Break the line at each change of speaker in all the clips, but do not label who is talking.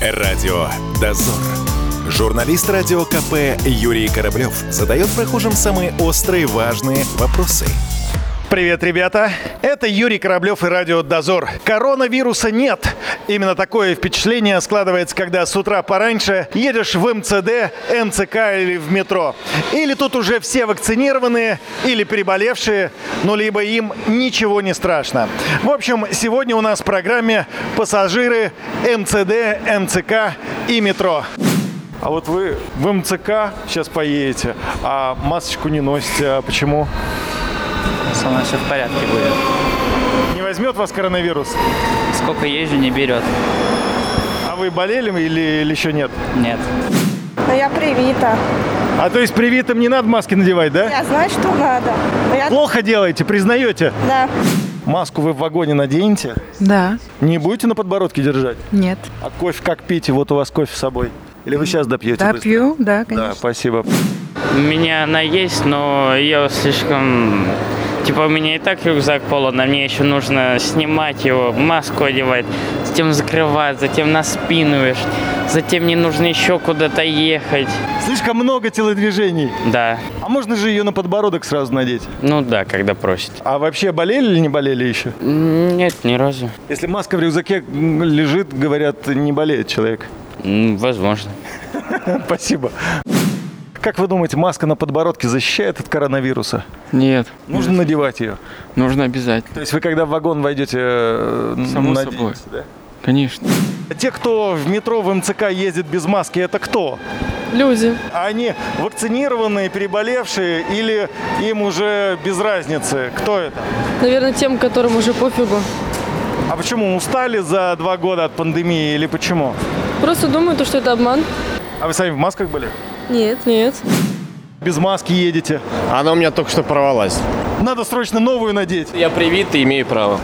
Радио «Дозор». Журналист радио КП Юрий Кораблев задает прохожим самые острые важные вопросы.
Привет, ребята! Это Юрий Кораблев и Радио Дозор. Коронавируса нет. Именно такое впечатление складывается, когда с утра пораньше едешь в МЦД, МЦК или в метро. Или тут уже все вакцинированные, или переболевшие, ну либо им ничего не страшно. В общем, сегодня у нас в программе пассажиры МЦД, МЦК и метро. А вот вы в МЦК сейчас поедете, а масочку не носите. А Почему?
Со мной все в порядке будет.
Не возьмет вас коронавирус?
Сколько езжу, не берет.
А вы болели или, или еще нет?
Нет.
Но я привита.
А то есть привитым не надо маски надевать, да?
Я знаю, что надо. Но я...
Плохо делаете, признаете?
Да.
Маску вы в вагоне наденете?
Да,
Не будете на подбородке держать?
нет.
А кофе как пьете? Вот у вас кофе с собой. Или вы сейчас допьете?
Да,
быстро?
пью, да,
Да,
конечно.
спасибо.
У меня она есть, но ее слишком... Типа у меня и так рюкзак полон, а мне еще нужно снимать его, маску одевать, затем закрывать, затем на спину вешать, затем мне нужно еще куда-то ехать.
Слишком много телодвижений.
Да,
А можно же ее на подбородок сразу надеть?
ну да, когда просит.
А вообще болели или не болели еще?
М, Нет, ни разу.
Если маска в рюкзаке м, лежит, говорят, не болеет человек.
М, Возможно.
Спасибо. Как вы думаете, маска на подбородке защищает от коронавируса?
Нет,
Нужно надевать ее.
нужно обязательно,
То есть вы когда в вагон войдете, э,
Само
наденете,
собой.
да?
конечно.
А Те, кто в метро в МЦК ездит без маски, это кто?
Люди.
Они вакцинированные, переболевшие или им уже без разницы? Кто это?
Наверное, тем, которым уже пофигу.
А почему устали за два года от пандемии или почему?
Просто думаю, то, что это обман.
А вы сами в масках были?
Нет. Нет.
Без маски едете.
Она у меня только что порвалась.
Надо срочно новую надеть.
Я привит и имею право.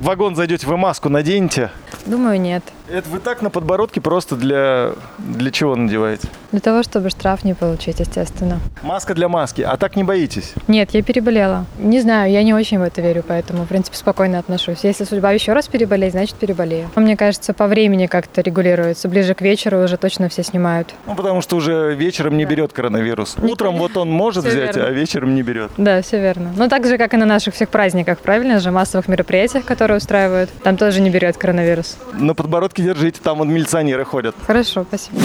В вагон зайдете, вы маску наденете.
Думаю, нет.
Это вы так на подбородке просто для... Для чего надеваете?
Для того, чтобы штраф не получить, естественно.
Маска для маски. А так не боитесь?
Нет, я переболела. Не знаю, я не очень в это верю, поэтому, в принципе, спокойно отношусь. Если судьба еще раз переболеть, значит переболею. Мне кажется, по времени как-то регулируется. Ближе к вечеру уже точно все снимают.
Ну, потому что уже вечером не берет коронавирус. Утром вот он может
Всё
взять,
верно.
а вечером не берет.
Да, все верно. Но Ну, так же, как и на наших всех праздниках, правильно же, массовых мероприятиях, которые устраивают. Там тоже не берет коронавирус.
На подбородке держите, там вон милиционеры ходят.
Хорошо, спасибо.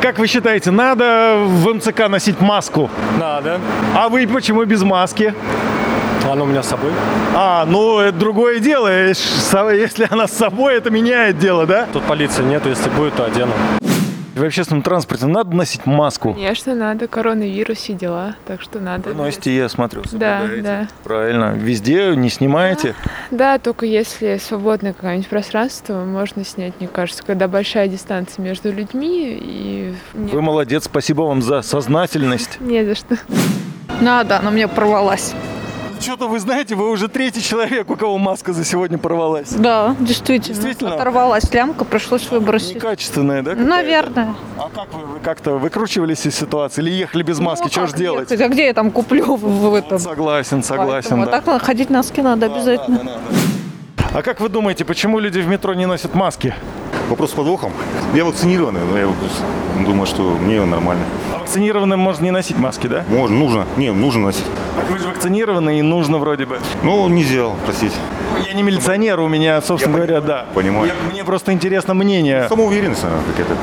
Как вы считаете, надо в МЦК носить маску?
Надо.
А вы почему без маски?
Она у меня с собой.
А, ну, это другое дело. Э, ш- со- Если она с собой, это меняет дело, да?
Тут полиции нету, если будет, то одену.
В общественном транспорте надо носить маску?
Конечно, надо. Коронавирус и дела, так что надо.
Вы носите, Ну, я смотрю,
Да,
соблюдаете.
да.
Правильно. Везде не снимаете.
Да, только если свободное какое-нибудь пространство, можно снять, мне кажется, когда большая дистанция между людьми и...
Вы молодец, спасибо вам за сознательность.
Не за что.
Надо, она у меня порвалась.
Что-то вы знаете, вы уже третий человек, у кого маска за сегодня порвалась.
Да, действительно.
Действительно?
Оторвалась лямка, пришлось выбросить.
Некачественная, да? какая-то?
Наверное.
А как вы, вы как-то выкручивались из ситуации или ехали без маски?
Ну,
Что
как
же делать?
ехать? А где я там куплю в, в этом?
Согласен, согласен.
Поэтому,
да.
А так ходить носки надо обязательно.
А как вы думаете, почему люди в метро не носят маски?
Вопрос с подвохом. Я вакцинированный, но я вот думаю, что мне нормально.
А вакцинированным можно не носить маски, да?
Можно, нужно. Не, нужно носить.
Так вы же вакцинированы и нужно вроде бы.
Ну, не сделал, простите.
Ну, Я не милиционер, у меня, собственно говоря, да.
Понимаю.
Я- мне просто интересно мнение.
Самоуверенность, наверное, какая-то.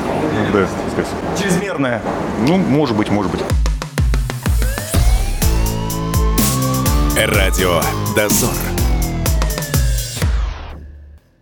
Да, так сказать.
Чрезмерное.
Ну, может быть, может быть.
Радио «Дозор».